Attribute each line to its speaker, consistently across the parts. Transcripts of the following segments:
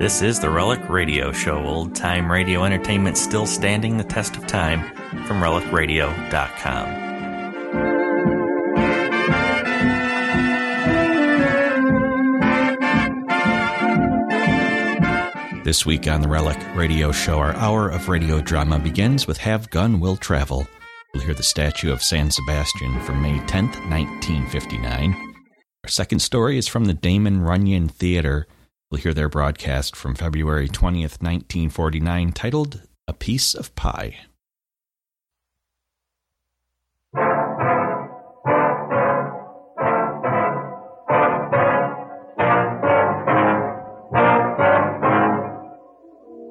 Speaker 1: This is the Relic Radio Show, old time radio entertainment still standing the test of time from relicradio.com.
Speaker 2: This week on the Relic Radio Show, our hour of radio drama begins with Have Gun Will Travel. We'll hear the statue of San Sebastian from May 10th, 1959. Our second story is from the Damon Runyon Theater. We'll hear their broadcast from February 20th, 1949, titled A Piece of Pie.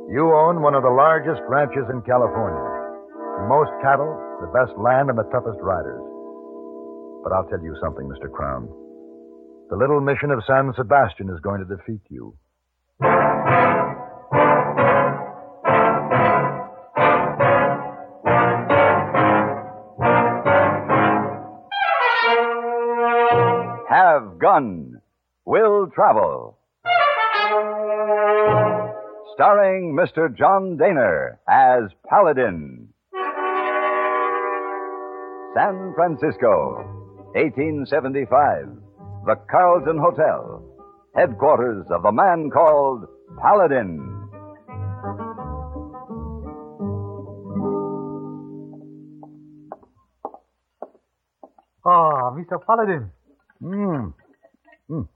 Speaker 3: You own one of the largest ranches in California. The most cattle, the best land, and the toughest riders. But I'll tell you something, Mr. Crown. The little mission of San Sebastian is going to defeat you.
Speaker 4: Have Gun Will Travel. Starring Mr. John Daner as Paladin. San Francisco, 1875. The Carlton Hotel, headquarters of the man called Paladin.
Speaker 5: Ah, Mr. Paladin.
Speaker 3: Mm. Mm.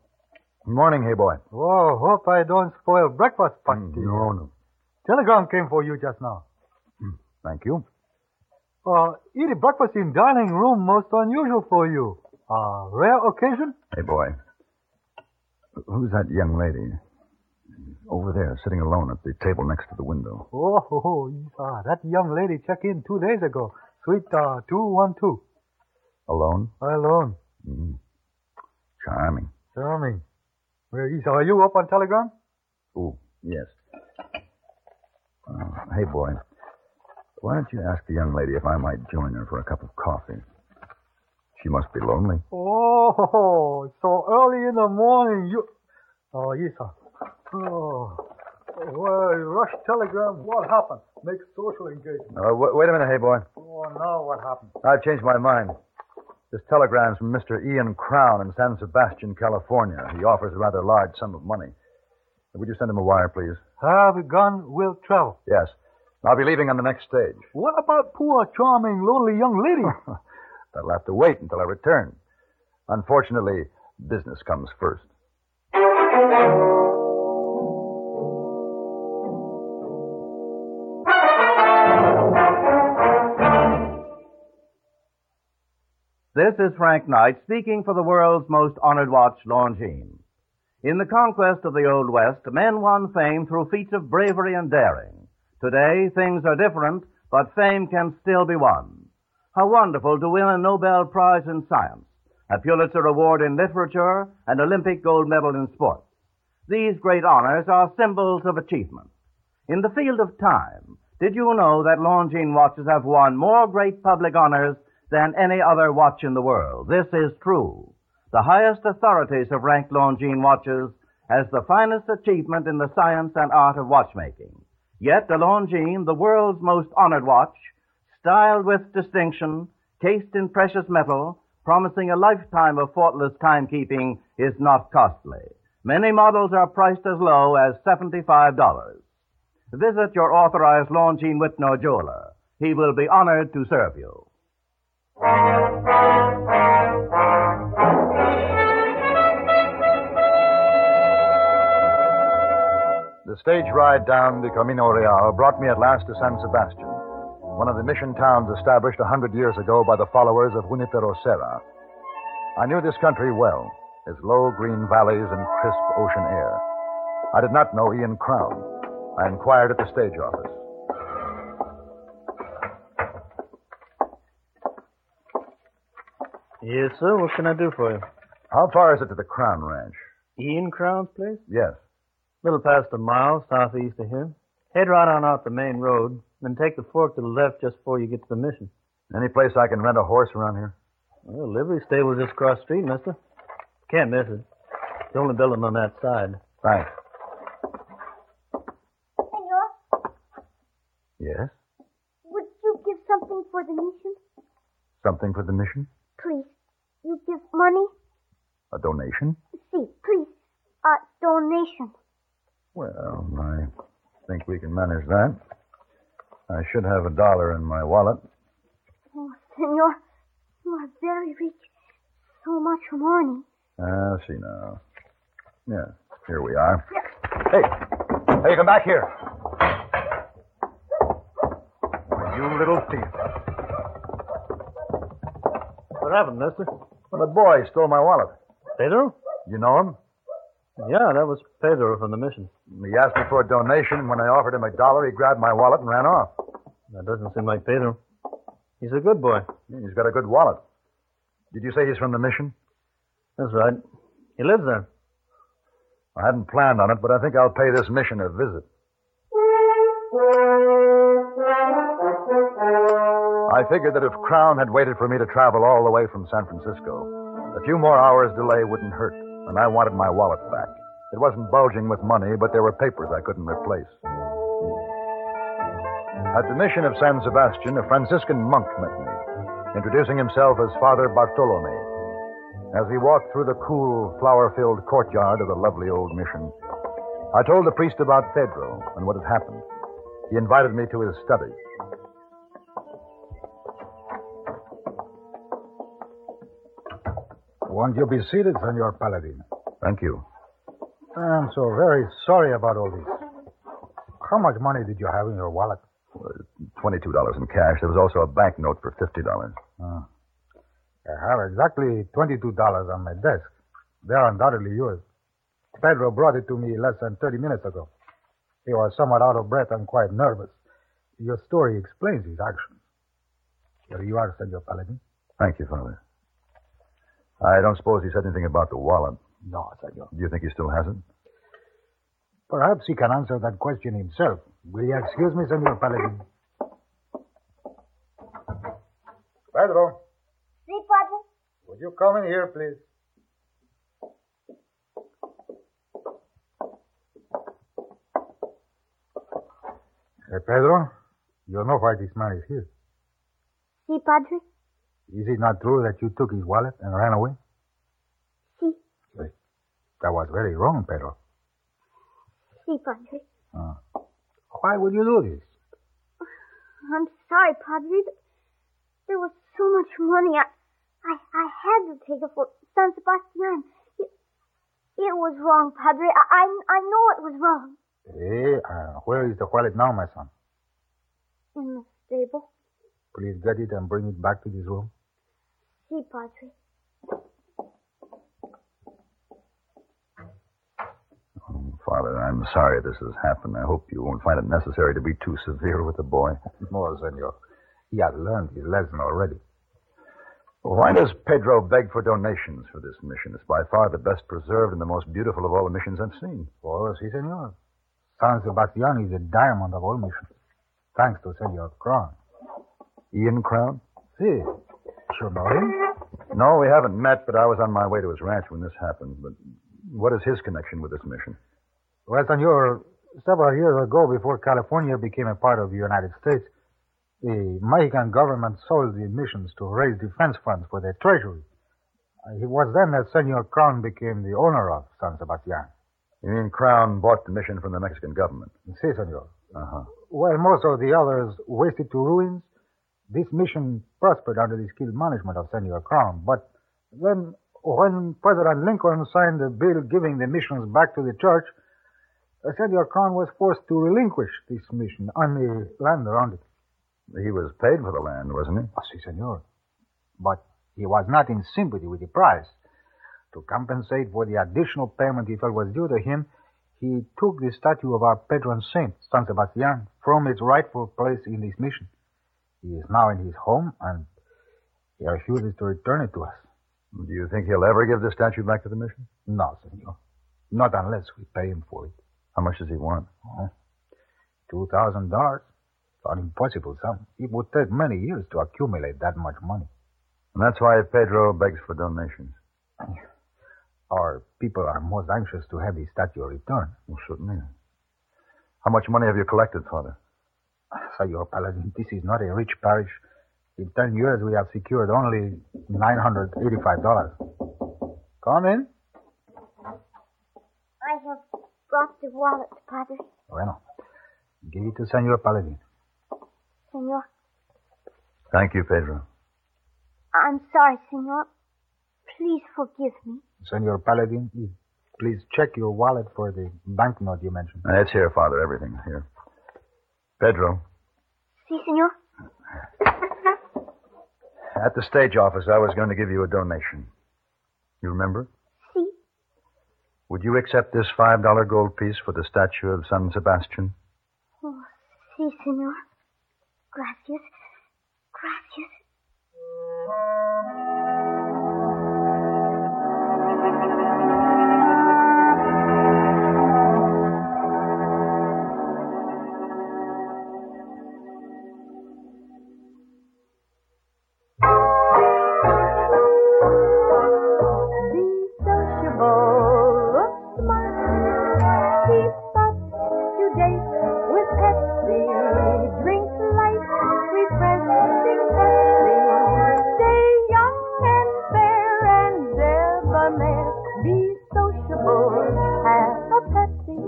Speaker 3: Morning, hey boy. Hmm,
Speaker 5: Oh, hope I don't spoil breakfast, Paxton.
Speaker 3: No, no.
Speaker 5: Telegram came for you just now.
Speaker 3: Thank you.
Speaker 5: Uh, eat breakfast in dining room, most unusual for you. A rare occasion?
Speaker 3: Hey boy. Who's that young lady? Over there, sitting alone at the table next to the window.
Speaker 5: Oh, oh, oh, yes, ah, that young lady checked in two days ago. Suite uh, 212.
Speaker 3: Alone?
Speaker 5: Alone.
Speaker 3: Mm. Charming.
Speaker 5: Charming. Well, yes, are you up on Telegram?
Speaker 3: Oh, yes. Uh, hey, boy. Why don't you ask the young lady if I might join her for a cup of coffee? She must be lonely.
Speaker 5: Oh, so early in the morning. You. Oh, yes, sir. Oh. Well, rush telegram. What happened? Make social engagement.
Speaker 3: Uh, wa- wait a minute, hey, boy.
Speaker 5: Oh, now what happened?
Speaker 3: I've changed my mind. This telegram's from Mr. Ian Crown in San Sebastian, California. He offers a rather large sum of money. Would you send him a wire, please?
Speaker 5: Have gun will travel.
Speaker 3: Yes. I'll be leaving on the next stage.
Speaker 5: What about poor, charming, lonely young lady?
Speaker 3: That'll have to wait until I return. Unfortunately, business comes first.
Speaker 4: This is Frank Knight speaking for the world's most honored watch, Longines. In the conquest of the Old West, men won fame through feats of bravery and daring. Today, things are different, but fame can still be won. How wonderful to win a Nobel Prize in Science, a Pulitzer Award in Literature, an Olympic gold medal in sports. These great honors are symbols of achievement. In the field of time, did you know that Longines watches have won more great public honors than any other watch in the world? This is true. The highest authorities have ranked Longines watches as the finest achievement in the science and art of watchmaking. Yet the Longines, the world's most honored watch, styled with distinction, cased in precious metal, promising a lifetime of faultless timekeeping, is not costly. Many models are priced as low as $75. Visit your authorized Longines Whitnor jeweler. He will be honored to serve you.
Speaker 3: The stage ride down the Camino Real brought me at last to San Sebastian, one of the mission towns established a hundred years ago by the followers of Junipero Serra. I knew this country well, its low green valleys and crisp ocean air. I did not know Ian Crown. I inquired at the stage office.
Speaker 6: Yes, sir. What can I do for you?
Speaker 3: How far is it to the Crown Ranch?
Speaker 6: Ian Crown's place?
Speaker 3: Yes.
Speaker 6: Little past a mile southeast of here. Head right on out the main road. Then take the fork to the left just before you get to the mission.
Speaker 3: Any place I can rent a horse around here?
Speaker 6: Well, livery stable's just across the street, mister. Can't miss it. It's the only building on that side.
Speaker 3: Thanks.
Speaker 7: Senor,
Speaker 3: Yes?
Speaker 7: would you give something for the mission?
Speaker 3: Something for the mission?
Speaker 7: Please. You give money?
Speaker 3: A donation?
Speaker 7: See, please. A donation.
Speaker 3: Well, I think we can manage that. I should have a dollar in my wallet.
Speaker 7: Oh, senor, you are very rich. So much money.
Speaker 3: Ah, see now. Yeah, here we are. Hey, hey, come back here. You little thief.
Speaker 6: What happened, mister?
Speaker 3: Well, the boy stole my wallet.
Speaker 6: Pedro?
Speaker 3: You know him?
Speaker 6: Yeah, that was Pedro from the mission.
Speaker 3: He asked me for a donation. When I offered him a dollar, he grabbed my wallet and ran off.
Speaker 6: That doesn't seem like Pedro. He's a good boy.
Speaker 3: He's got a good wallet. Did you say he's from the mission?
Speaker 6: That's right. He lives there.
Speaker 3: I hadn't planned on it, but I think I'll pay this mission a visit. I figured that if Crown had waited for me to travel all the way from San Francisco, a few more hours' delay wouldn't hurt, and I wanted my wallet back. It wasn't bulging with money, but there were papers I couldn't replace. At the mission of San Sebastian, a Franciscan monk met me, introducing himself as Father Bartolome. As we walked through the cool, flower filled courtyard of the lovely old mission, I told the priest about Pedro and what had happened. He invited me to his study.
Speaker 8: Won't you be seated, Senor Paladin?
Speaker 3: Thank you.
Speaker 8: I'm so very sorry about all this. How much money did you have in your wallet?
Speaker 3: $22 in cash. There was also a banknote for $50.
Speaker 8: I have exactly $22 on my desk. They're undoubtedly yours. Pedro brought it to me less than 30 minutes ago. He was somewhat out of breath and quite nervous. Your story explains his actions. Here you are, Senor Paladin.
Speaker 3: Thank you, Father. I don't suppose he said anything about the wallet.
Speaker 8: No, Senor.
Speaker 3: Do you think he still has it?
Speaker 8: Perhaps he can answer that question himself. Will you excuse me, Senor Paladin? Pedro,
Speaker 7: See, Padre?
Speaker 8: would you come in here, please? Hey, Eh, Pedro, you know why this man is here.
Speaker 7: See, Padre?
Speaker 8: Is it not true that you took his wallet and ran away?
Speaker 7: See,
Speaker 8: That was very wrong, Pedro. Ah.
Speaker 7: see, Padre.
Speaker 8: Why would you do this?
Speaker 7: I'm sorry, Padre. There was so much money. I, I, I had to take it for San Sebastian. It, it was wrong, Padre. I, I, I know it was wrong.
Speaker 8: Hey, uh, where is the wallet now, my son?
Speaker 7: In the stable.
Speaker 8: Please get it and bring it back to this room.
Speaker 7: See, Padre.
Speaker 3: Father, I'm sorry this has happened. I hope you won't find it necessary to be too severe with the boy.
Speaker 8: No, senor. He has learned his lesson already.
Speaker 3: Why does Pedro beg for donations for this mission? It's by far the best preserved and the most beautiful of all the missions I've seen.
Speaker 8: Oh, si, senor. San Sebastian is a diamond of all missions, thanks to Senor Crown.
Speaker 3: Ian Crown?
Speaker 8: Si. You know him?
Speaker 3: No, we haven't met, but I was on my way to his ranch when this happened. But what is his connection with this mission?
Speaker 8: Well, senor, several years ago, before California became a part of the United States, the Mexican government sold the missions to raise defense funds for their treasury. Uh, It was then that Senor Crown became the owner of San Sebastian.
Speaker 3: You mean Crown bought the mission from the Mexican government?
Speaker 8: Si, senor.
Speaker 3: Uh huh.
Speaker 8: While most of the others wasted to ruins, this mission prospered under the skilled management of Senor Crown. But then, when President Lincoln signed a bill giving the missions back to the church, uh, Senor Crown was forced to relinquish this mission on the land around it.
Speaker 3: He was paid for the land, wasn't he?
Speaker 8: Ah, si, senor. But he was not in sympathy with the price. To compensate for the additional payment he felt was due to him, he took the statue of our patron saint, San Sebastian, from its rightful place in this mission. He is now in his home, and he refuses to return it to us.
Speaker 3: Do you think he'll ever give the statue back to the mission?
Speaker 8: No, senor. Not unless we pay him for it.
Speaker 3: How much does he want?
Speaker 8: Two thousand dollars. An impossible sum. It would take many years to accumulate that much money.
Speaker 3: And that's why Pedro begs for donations.
Speaker 8: Our people are most anxious to have the statue returned.
Speaker 3: Well, certainly. How much money have you collected, Father?
Speaker 8: Senor Ah, Paladin, this is not a rich parish. In ten years, we have secured only $985. Come in.
Speaker 7: I have brought the wallet, Padre.
Speaker 8: Bueno. Give it to Senor Paladin.
Speaker 7: Senor,
Speaker 3: Thank you, Pedro.
Speaker 7: I'm sorry, Senor. Please forgive me.
Speaker 8: Senor Paladin, please check your wallet for the banknote you mentioned.
Speaker 3: Now, It's here, Father. Everything's here. Pedro,
Speaker 7: See, Senor?
Speaker 3: at the stage office, I was going to give you a donation. You remember?
Speaker 7: See?
Speaker 3: Would you accept this $5 gold piece for the statue of San Sebastian?
Speaker 7: Oh, see, Senor. Gracias. Gracias.
Speaker 9: Be sociable, look smart. Keep up to date with Pepsi. Drink light, refreshing Pepsi. Stay young and fair and debonair. Be sociable, have a Pepsi.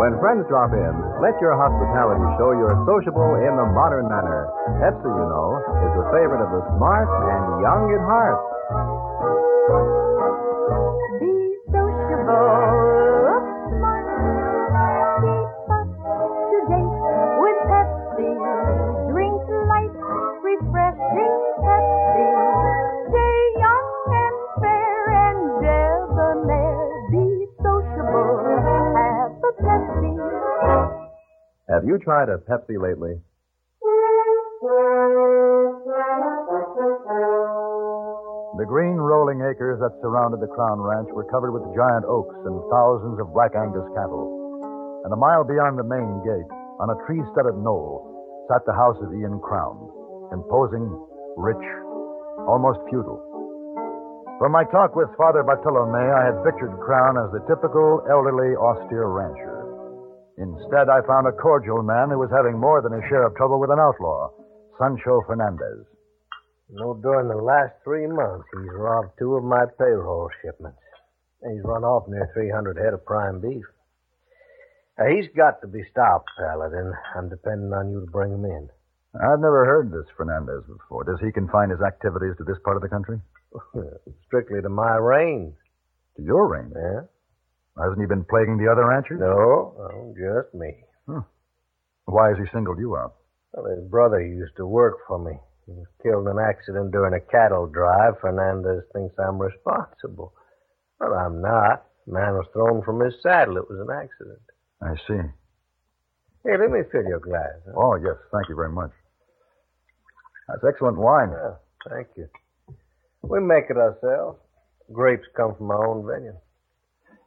Speaker 4: When friends drop in, let your hospitality show you're sociable in the modern manner. Pepsi, you know, is the favorite of the smart and young at heart.
Speaker 9: Be sociable, look smart, keep up to date with Pepsi. Drink light, refreshing Pepsi. Stay young and fair and debonair. Be sociable, have a Pepsi.
Speaker 4: Have you tried a Pepsi lately?
Speaker 3: The green rolling acres that surrounded the Crown Ranch were covered with giant oaks and thousands of black Angus cattle. And a mile beyond the main gate, on a tree studded knoll, sat the house of Ian Crown, imposing, rich, almost feudal. From my talk with Father Bartolome, I had pictured Crown as the typical elderly, austere rancher. Instead, I found a cordial man who was having more than his share of trouble with an outlaw, Sancho Fernandez.
Speaker 6: No, during the last three months, he's robbed two of my payroll shipments. And he's run off near 300 head of prime beef. Now, he's got to be stopped, Paladin. I'm depending on you to bring him in.
Speaker 3: I've never heard of this Fernandez before. Does he confine his activities to this part of the country?
Speaker 6: Strictly to my reins.
Speaker 3: To your range?
Speaker 6: Yeah?
Speaker 3: Hasn't he been plaguing the other ranchers?
Speaker 6: No, no, just me.
Speaker 3: Why has he singled you out?
Speaker 6: Well, his brother used to work for me. He was killed in an accident during a cattle drive. Fernandez thinks I'm responsible. Well, I'm not. Man was thrown from his saddle. It was an accident.
Speaker 3: I see.
Speaker 6: Here, let me fill your glass. huh?
Speaker 3: Oh, yes. Thank you very much. That's excellent wine.
Speaker 6: Yeah, Oh, thank you. We make it ourselves. Grapes come from our own vineyard.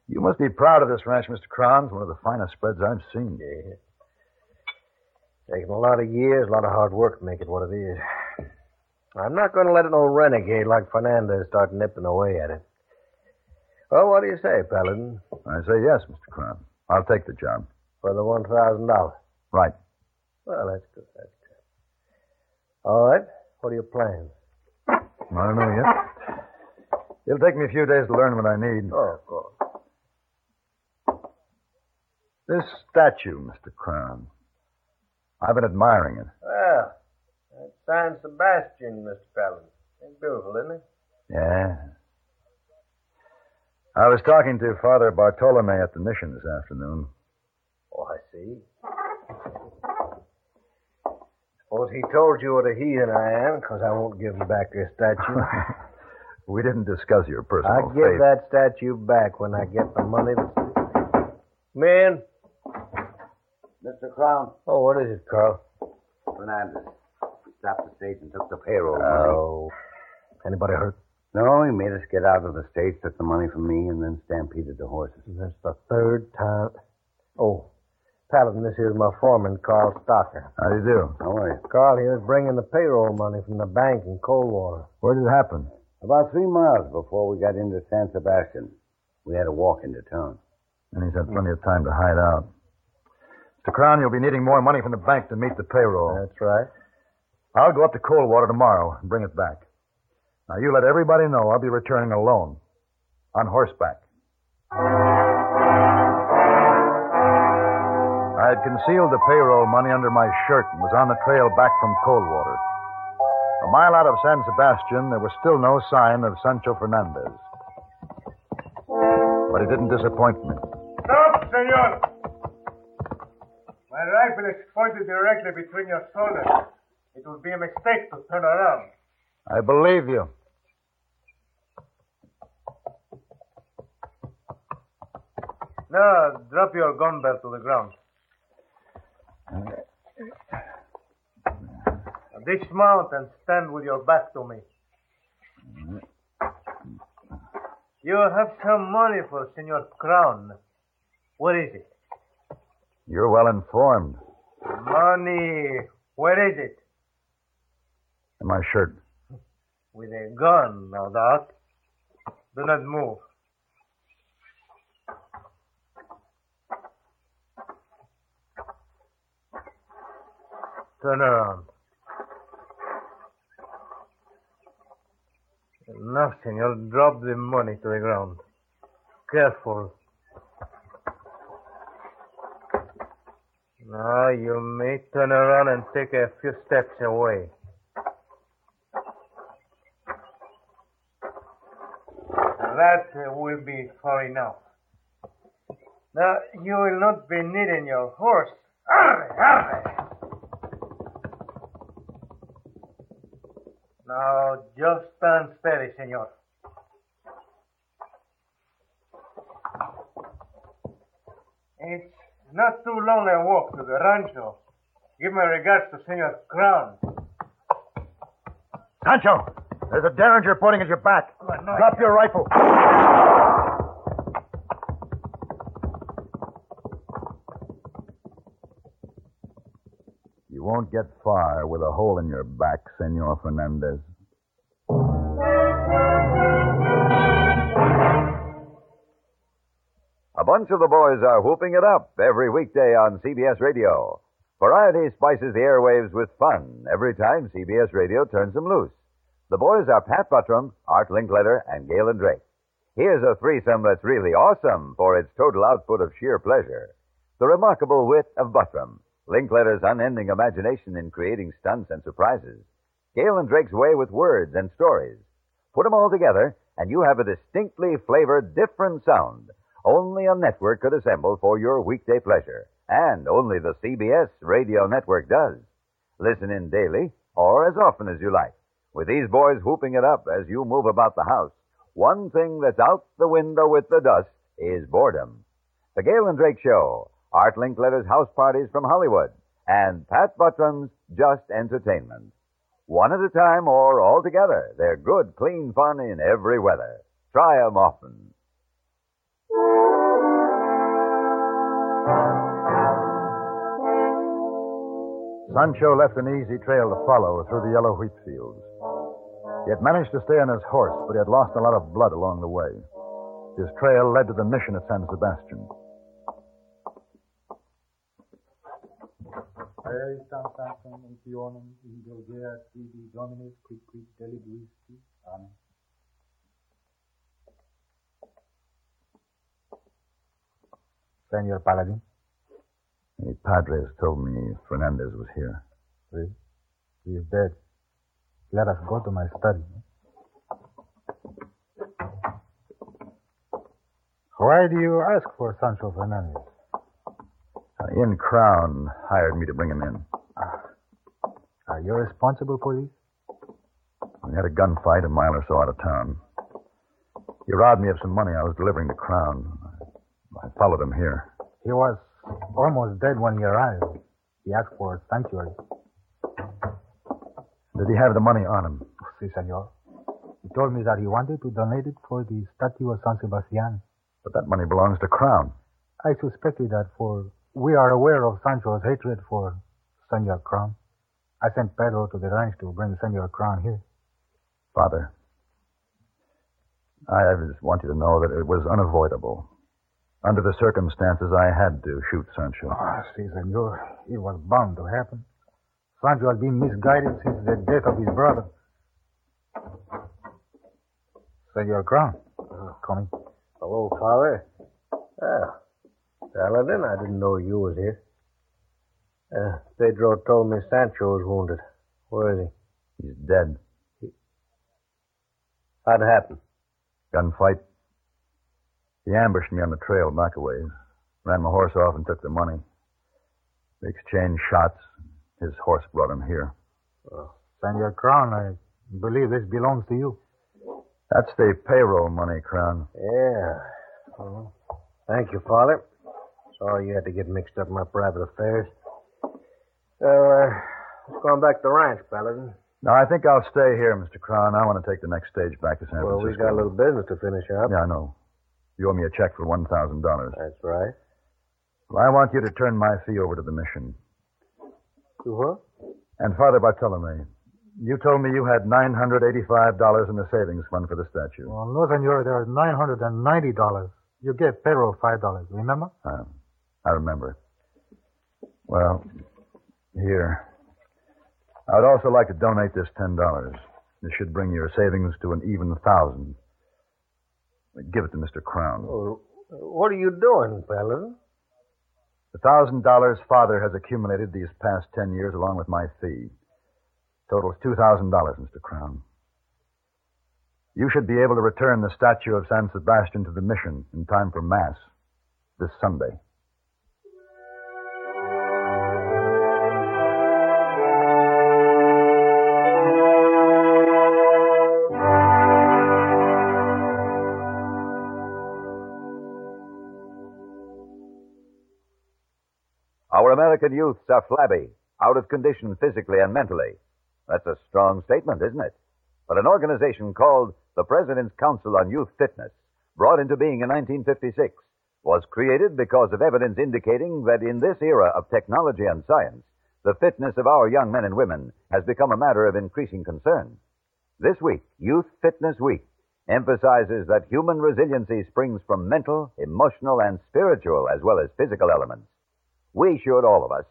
Speaker 3: You must be proud of this ranch, Mr. Crown. It's one of the finest spreads I've seen.
Speaker 6: Yeah. Taking a lot of years, a lot of hard work to make it what it is. I'm not going to let an old renegade like Fernandez start nipping away at it. Well, what do you say, Paladin?
Speaker 3: I say yes, Mr. Crown. I'll take the job.
Speaker 6: For the one thousand dollars.
Speaker 3: Right.
Speaker 6: Well, that's good. That's good. All right. What are your plans?
Speaker 3: I don't know yet. It'll take me a few days to learn what I need.
Speaker 6: Oh, of course.
Speaker 3: This statue, Mr. Crown. I've been admiring it.
Speaker 6: Well, that's San Sebastian, Mr. Paladin. It's beautiful, isn't it?
Speaker 3: Yeah. I was talking to Father Bartolome at the mission this afternoon.
Speaker 6: Oh, I see. Suppose he told you what a heathen I am, because I won't give him back your statue.
Speaker 3: We didn't discuss your
Speaker 6: I
Speaker 3: personal
Speaker 6: give
Speaker 3: faith.
Speaker 6: that statue back when I get the money. Man.
Speaker 10: Mr. Crown,
Speaker 6: Oh, what is it, Carl?
Speaker 10: Fernandez. He stopped the stage and took the payroll money.
Speaker 6: Oh. Anybody hurt?
Speaker 10: No, he made us get out of the stage, took the money from me, and then stampeded the horses.
Speaker 6: That's the third time. Oh, Paladin, this is my foreman, Carl Stocker.
Speaker 3: How do you do?
Speaker 10: How are you?
Speaker 6: Carl, he was bringing the payroll money from the bank in Coldwater.
Speaker 3: Where did it happen?
Speaker 10: About three miles before we got into San Sebastian, we had to walk into town.
Speaker 3: And he's had plenty of time to hide out. Mr. Crown, you'll be needing more money from the bank to meet the payroll.
Speaker 6: That's right.
Speaker 3: I'll go up to Coldwater tomorrow and bring it back. Now, you let everybody know I'll be returning alone on horseback. I had concealed the payroll money under my shirt and was on the trail back from Coldwater. A mile out of San Sebastian, there was still no sign of Sancho Fernandez. But he didn't disappoint me.
Speaker 11: Stop, senor! My rifle is pointed directly between your shoulders. It would be a mistake to turn around.
Speaker 3: I believe you.
Speaker 11: Now, drop your gun belt to the ground. Now Dismount and stand with your back to me. You have some money for Senor Crown. What is it?
Speaker 3: You're well informed.
Speaker 11: Money. Where is it?
Speaker 3: In my shirt.
Speaker 11: With a gun, no doubt. Do not move. Turn around. Enough, senor. Drop the money to the ground. Careful. Now you may turn around and take a few steps away. That uh, will be far enough. Now you will not be needing your horse. Arre, arre. Now just stand steady, senor. It's not too long a walk to the rancho. Give my regards to Senor Crown.
Speaker 3: Sancho, there's a derringer pointing at your back. Drop your rifle. You won't get far with a hole in your back, Senor Fernandez.
Speaker 12: A bunch of the boys are whooping it up every weekday on CBS Radio. Variety spices the airwaves with fun every time CBS Radio turns them loose. The boys are Pat Buttram, Art Linkletter, and Galen Drake. Here's a threesome that's really awesome for its total output of sheer pleasure. The remarkable wit of Buttram, Linkletter's unending imagination in creating stunts and surprises, Galen Drake's way with words and stories. Put them all together, and you have a distinctly flavored, different sound only a network could assemble for your weekday pleasure, and only the CBS radio network does. Listen in daily or as often as you like. With these boys whooping it up as you move about the house, one thing that's out the window with the dust is boredom. The Gale and Drake Show, Art Linkletter's House Parties from Hollywood, and Pat Buttram's Just Entertainment. One at a time or all together, they're good, clean fun in every weather. Try 'em often.
Speaker 3: Sancho left an easy trail to follow through the yellow wheat fields. He had managed to stay on his horse, but he had lost a lot of blood along the way. His trail led to the mission at San Sebastian.
Speaker 8: Senor Paladin.
Speaker 3: The padres told me Fernandez was here.
Speaker 8: He he is dead. Let us go to my study. Why do you ask for Sancho Fernandez?
Speaker 3: Uh, Ian Crown hired me to bring him in.
Speaker 8: Are you responsible for this?
Speaker 3: We had a gunfight a mile or so out of town. He robbed me of some money I was delivering to Crown. I followed him here.
Speaker 8: He was almost dead when he arrived. He asked for sanctuary.
Speaker 3: Did he have the money on him?
Speaker 8: Si, senor. He told me that he wanted to donate it for the statue of San Sebastian.
Speaker 3: But that money belongs to Crown.
Speaker 8: I suspected that for We are aware of Sancho's hatred for Senor Crown. I sent Pedro to the ranch to bring Senor Crown here.
Speaker 3: Father, I I just want you to know that it was unavoidable. Under the circumstances, I had to shoot Sancho.
Speaker 8: Ah, see, senor, it was bound to happen. Sancho has been misguided since the death of his brother. Senor Crown, come in.
Speaker 6: Hello, Father. Ah, Paladin, I didn't know you was here. Uh, Pedro told me Sancho was wounded. Where is
Speaker 3: he? He's dead.
Speaker 6: He... How'd it happen?
Speaker 3: Gunfight. He ambushed me on the trail back a ways, ran my horse off and took the money. They exchanged shots. His horse brought him here.
Speaker 8: Well, Senor Crown, I believe this belongs to you.
Speaker 3: That's the payroll money, Crown.
Speaker 6: Yeah. Well, thank you, Father. Sorry you had to get mixed up in my private affairs. So, uh, let's go on back to the ranch, Paladin.
Speaker 3: No, I think I'll stay here, Mr. Crown. I want to take the next stage back to San Francisco.
Speaker 6: well, Well, we got a little business to finish up.
Speaker 3: Yeah, I know. You owe me a check for $1,000.
Speaker 6: That's right.
Speaker 3: Well, I want you to turn my fee over to the mission.
Speaker 6: To what?
Speaker 3: And Father Bartolome, you told me you had $985 in the savings fund for the statue.
Speaker 8: Well, no, senor,
Speaker 6: uh,
Speaker 8: there's $990. You gave Pedro $5, remember?
Speaker 3: Uh, I remember. Well, here. I would also like to donate this ten dollars. This should bring your savings to an even thousand. Give it to Mr. Crown.
Speaker 6: Well, what are you doing, Paladin?
Speaker 3: The thousand dollars father has accumulated these past ten years along with my fee. Totals two thousand dollars, Mr. Crown. You should be able to return the statue of San Sebastian to the mission in time for Mass this Sunday.
Speaker 12: Our American youths are flabby, out of condition physically and mentally. That's a strong statement, isn't it? But an organization called the President's Council on Youth Fitness, brought into being in 1956, was created because of evidence indicating that in this era of technology and science, the fitness of our young men and women has become a matter of increasing concern. This week, Youth Fitness Week emphasizes that human resiliency springs from mental, emotional, and spiritual as well as physical elements we should, all of us,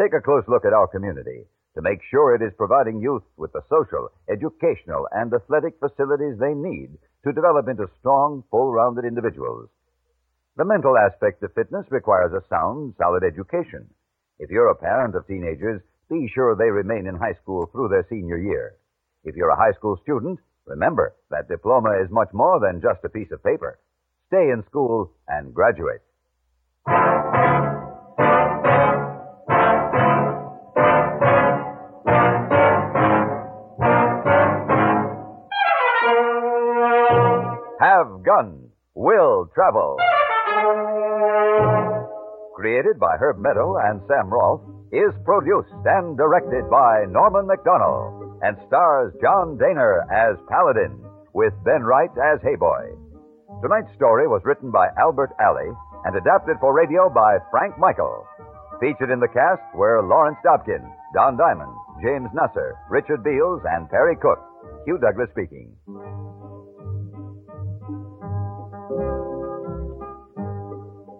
Speaker 12: take a close look at our community to make sure it is providing youth with the social, educational, and athletic facilities they need to develop into strong, full rounded individuals. The mental aspect of fitness requires a sound, solid education. If you're a parent of teenagers, be sure they remain in high school through their senior year. If you're a high school student, remember that diploma is much more than just a piece of paper. Stay in school and graduate. Have Gun Will Travel. Created by Herb Meadow and Sam Rolfe, is produced and directed by Norman McDonald and stars John Daner as Paladin with Ben Wright as Hayboy. Tonight's story was written by Albert Alley and adapted for radio by Frank Michael. Featured in the cast were Lawrence Dobkin, Don Diamond, James Nusser, Richard Beals, and Perry Cook. Hugh Douglas speaking.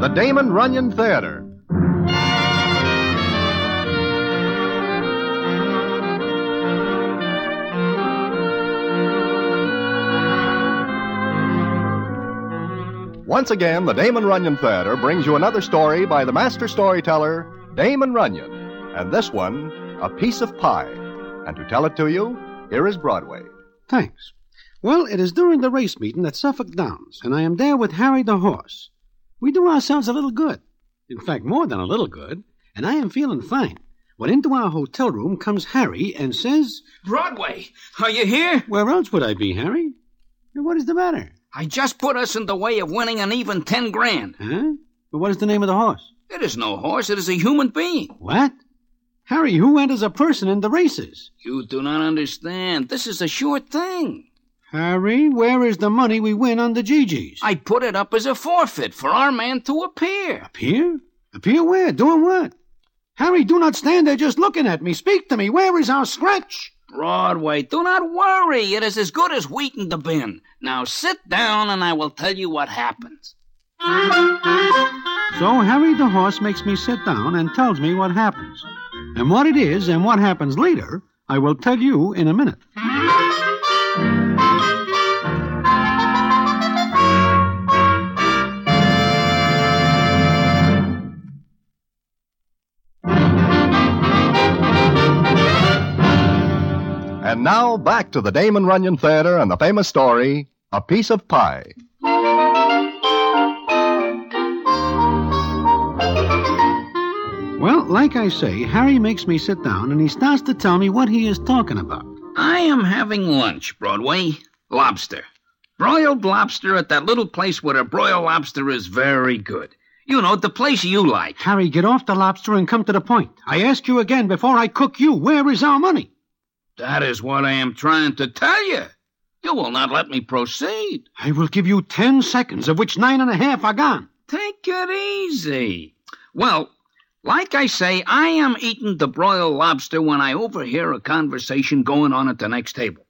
Speaker 13: The Damon Runyon Theater. Once again, the Damon Runyon Theater brings you another story by the master storyteller, Damon Runyon, and this one, A Piece of Pie. And to tell it to you, here is Broadway.
Speaker 14: Thanks. Well, it is during the race meeting at Suffolk Downs, and I am there with Harry the horse. We do ourselves a little good. In fact, more than a little good, and I am feeling fine. When into our hotel room comes Harry and says,
Speaker 15: Broadway, are you here?
Speaker 14: Where else would I be, Harry? What is the matter?
Speaker 15: I just put us in the way of winning an even ten grand.
Speaker 14: Huh? But what is the name of the horse?
Speaker 15: It is no horse, it is a human being.
Speaker 14: What? Harry, who enters a person in the races?
Speaker 15: You do not understand. This is a sure thing.
Speaker 14: Harry, where is the money we win on the Gigi's?
Speaker 15: I put it up as a forfeit for our man to appear.
Speaker 14: Appear? Appear where? Doing what? Harry, do not stand there just looking at me. Speak to me. Where is our scratch?
Speaker 15: Broadway, do not worry. It is as good as wheaten the bin. Now sit down and I will tell you what happens.
Speaker 14: So Harry the horse makes me sit down and tells me what happens. And what it is and what happens later, I will tell you in a minute.
Speaker 13: And now back to the Damon Runyon Theater and the famous story, A Piece of Pie.
Speaker 14: Well, like I say, Harry makes me sit down and he starts to tell me what he is talking about.
Speaker 15: I am having lunch, Broadway. Lobster. Broiled lobster at that little place where a broiled lobster is very good. You know, the place you like.
Speaker 14: Harry, get off the lobster and come to the point. I ask you again before I cook you, where is our money?
Speaker 15: That is what I am trying to tell you. You will not let me proceed.
Speaker 14: I will give you ten seconds, of which nine and a half are gone.
Speaker 15: Take it easy. Well, like I say, I am eating the broiled lobster when I overhear a conversation going on at the next table.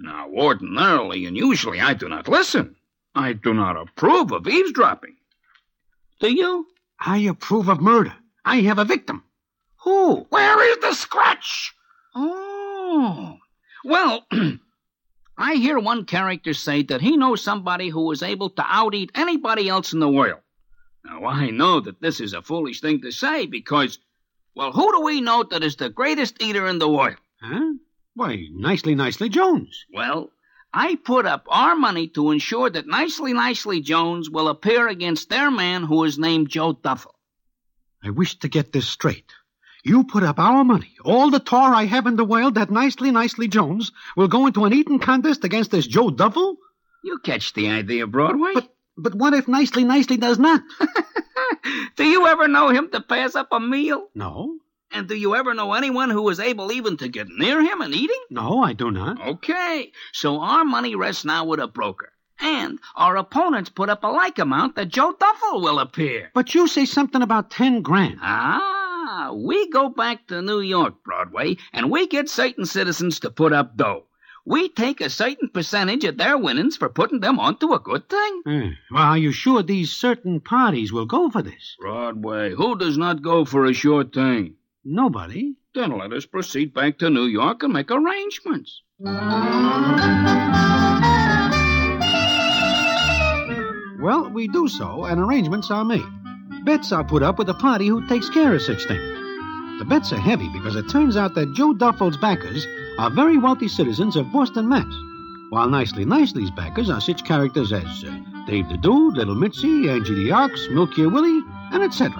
Speaker 15: Now, ordinarily and usually, I do not listen. I do not approve of eavesdropping. Do you?
Speaker 14: I approve of murder. I have a victim.
Speaker 15: Who? Where is the scratch? Oh. Oh. Well, I hear one character say that he knows somebody who is able to outeat anybody else in the world. Now, I know that this is a foolish thing to say because, well, who do we know that is the greatest eater in the world?
Speaker 14: Huh? Why, Nicely Nicely Jones.
Speaker 15: Well, I put up our money to ensure that Nicely Nicely Jones will appear against their man who is named Joe Duffel.
Speaker 14: I wish to get this straight. You put up our money, all the tar I have in the world, that nicely, nicely Jones, will go into an eating contest against this Joe Duffel?
Speaker 15: You catch the idea, Broadway.
Speaker 14: But, but what if nicely, nicely does not?
Speaker 15: do you ever know him to pass up a meal?
Speaker 14: No.
Speaker 15: And do you ever know anyone who is able even to get near him in eating?
Speaker 14: No, I do not.
Speaker 15: Okay, so our money rests now with a broker. And our opponents put up a like amount that Joe Duffel will appear.
Speaker 14: But you say something about ten grand.
Speaker 15: Ah we go back to New York, Broadway, and we get certain citizens to put up dough. We take a certain percentage of their winnings for putting them onto a good thing.
Speaker 14: Mm. Well, are you sure these certain parties will go for this?
Speaker 15: Broadway, who does not go for a sure thing?
Speaker 14: Nobody.
Speaker 15: Then let us proceed back to New York and make arrangements.
Speaker 14: Well, we do so, and arrangements are made. Bets are put up with the party who takes care of such things. The bets are heavy because it turns out that Joe Duffel's backers are very wealthy citizens of Boston, Mass. While Nicely Nicely's backers are such characters as uh, Dave the Dude, Little Mitzi, Angie the Ox, Milky Willie, and etc.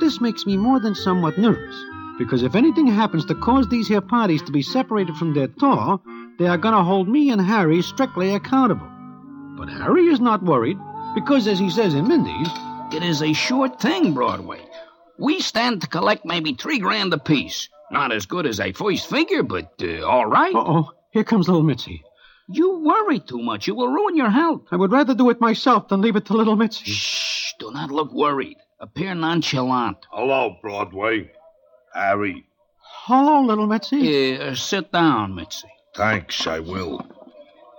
Speaker 14: This makes me more than somewhat nervous, because if anything happens to cause these here parties to be separated from their tour, they are going to hold me and Harry strictly accountable. But Harry is not worried, because as he says in Mindy's,
Speaker 15: it is a sure thing, Broadway. We stand to collect maybe three grand apiece. Not as good as I first figure, but uh, all right.
Speaker 14: oh, here comes little Mitzi.
Speaker 15: You worry too much. You will ruin your health.
Speaker 14: I would rather do it myself than leave it to little Mitzi.
Speaker 15: Shh, do not look worried. Appear nonchalant.
Speaker 16: Hello, Broadway. Harry.
Speaker 14: Hello, little Mitzi.
Speaker 15: Uh, sit down, Mitzi.
Speaker 16: Thanks, I will.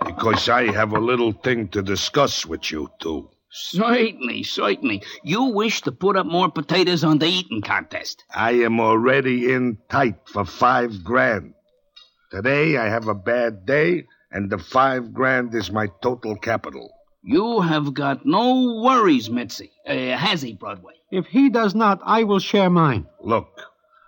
Speaker 16: Because I have a little thing to discuss with you two.
Speaker 15: Certainly, certainly. You wish to put up more potatoes on the eating contest.
Speaker 16: I am already in tight for five grand. Today I have a bad day, and the five grand is my total capital.
Speaker 15: You have got no worries, Mitzi. Uh, has he, Broadway?
Speaker 14: If he does not, I will share mine.
Speaker 16: Look,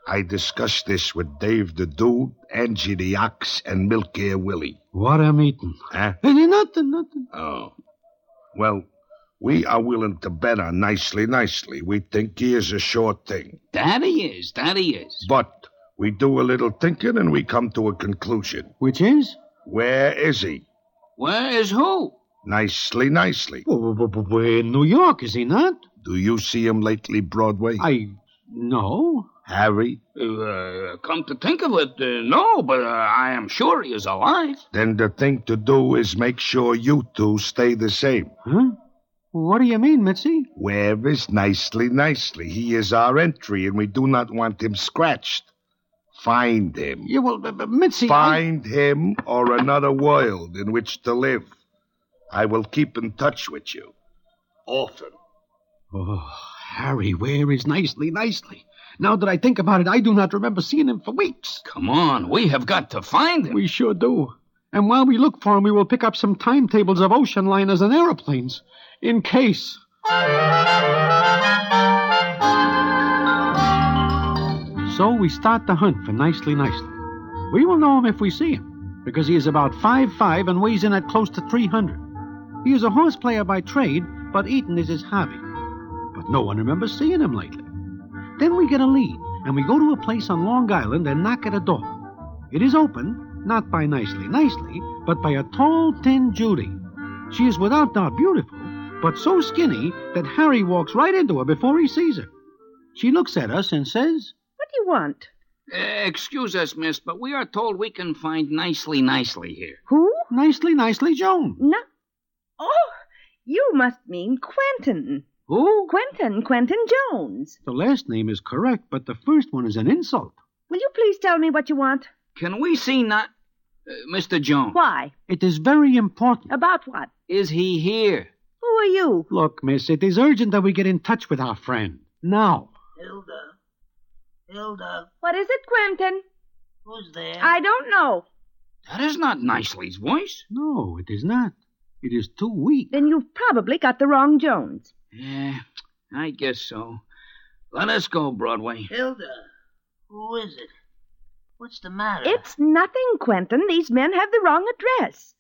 Speaker 16: I discussed this with Dave the Dude, Angie the Ox, and Milky and Willie.
Speaker 14: What a meeting.
Speaker 16: Huh?
Speaker 14: Eh, Nothing, nothing.
Speaker 16: Oh. Well, we are willing to bet on Nicely Nicely. We think he is a sure thing.
Speaker 15: That he is. That he is.
Speaker 16: But we do a little thinking and we come to a conclusion.
Speaker 14: Which is?
Speaker 16: Where is he?
Speaker 15: Where is who?
Speaker 16: Nicely Nicely.
Speaker 14: We're in New York, is he not?
Speaker 16: Do you see him lately, Broadway?
Speaker 14: I. No.
Speaker 16: Harry?
Speaker 15: Uh, come to think of it, uh, no, but uh, I am sure he is alive.
Speaker 16: Then the thing to do is make sure you two stay the same.
Speaker 14: Huh? What do you mean, Mitzi?
Speaker 16: Where is Nicely Nicely? He is our entry, and we do not want him scratched. Find him.
Speaker 14: You will, but, but Mitzi.
Speaker 16: Find him or another world in which to live. I will keep in touch with you. Often.
Speaker 14: Oh, Harry, where is Nicely Nicely? Now that I think about it, I do not remember seeing him for weeks.
Speaker 15: Come on, we have got to find him.
Speaker 14: We sure do. And while we look for him, we will pick up some timetables of ocean liners and aeroplanes. In case. So we start the hunt for Nicely Nicely. We will know him if we see him, because he is about five five and weighs in at close to 300. He is a horse player by trade, but eating is his hobby. But no one remembers seeing him lately. Then we get a lead, and we go to a place on Long Island and knock at a door. It is open, not by Nicely Nicely, but by a tall, thin Judy. She is without doubt beautiful, but so skinny that Harry walks right into her before he sees her. She looks at us and says,
Speaker 17: What do you want?
Speaker 15: Uh, excuse us, miss, but we are told we can find Nicely Nicely here.
Speaker 17: Who?
Speaker 14: Nicely Nicely Joan.
Speaker 17: No. Oh, you must mean Quentin.
Speaker 14: Who?
Speaker 17: Quentin, Quentin Jones.
Speaker 14: The last name is correct, but the first one is an insult.
Speaker 17: Will you please tell me what you want?
Speaker 15: Can we see not uh, Mr. Jones?
Speaker 17: Why?
Speaker 14: It is very important.
Speaker 17: About what?
Speaker 15: Is he here?
Speaker 17: Who are you?
Speaker 14: Look, miss, it is urgent that we get in touch with our friend. Now.
Speaker 18: Hilda. Hilda.
Speaker 17: What is it, Quentin?
Speaker 18: Who's there?
Speaker 17: I don't know.
Speaker 15: That is not Nicely's voice.
Speaker 14: No, it is not. It is too weak.
Speaker 17: Then you've probably got the wrong Jones.
Speaker 15: Yeah, I guess so. Let us go, Broadway.
Speaker 18: Hilda. Who is it? What's the matter?
Speaker 17: It's nothing, Quentin. These men have the wrong address.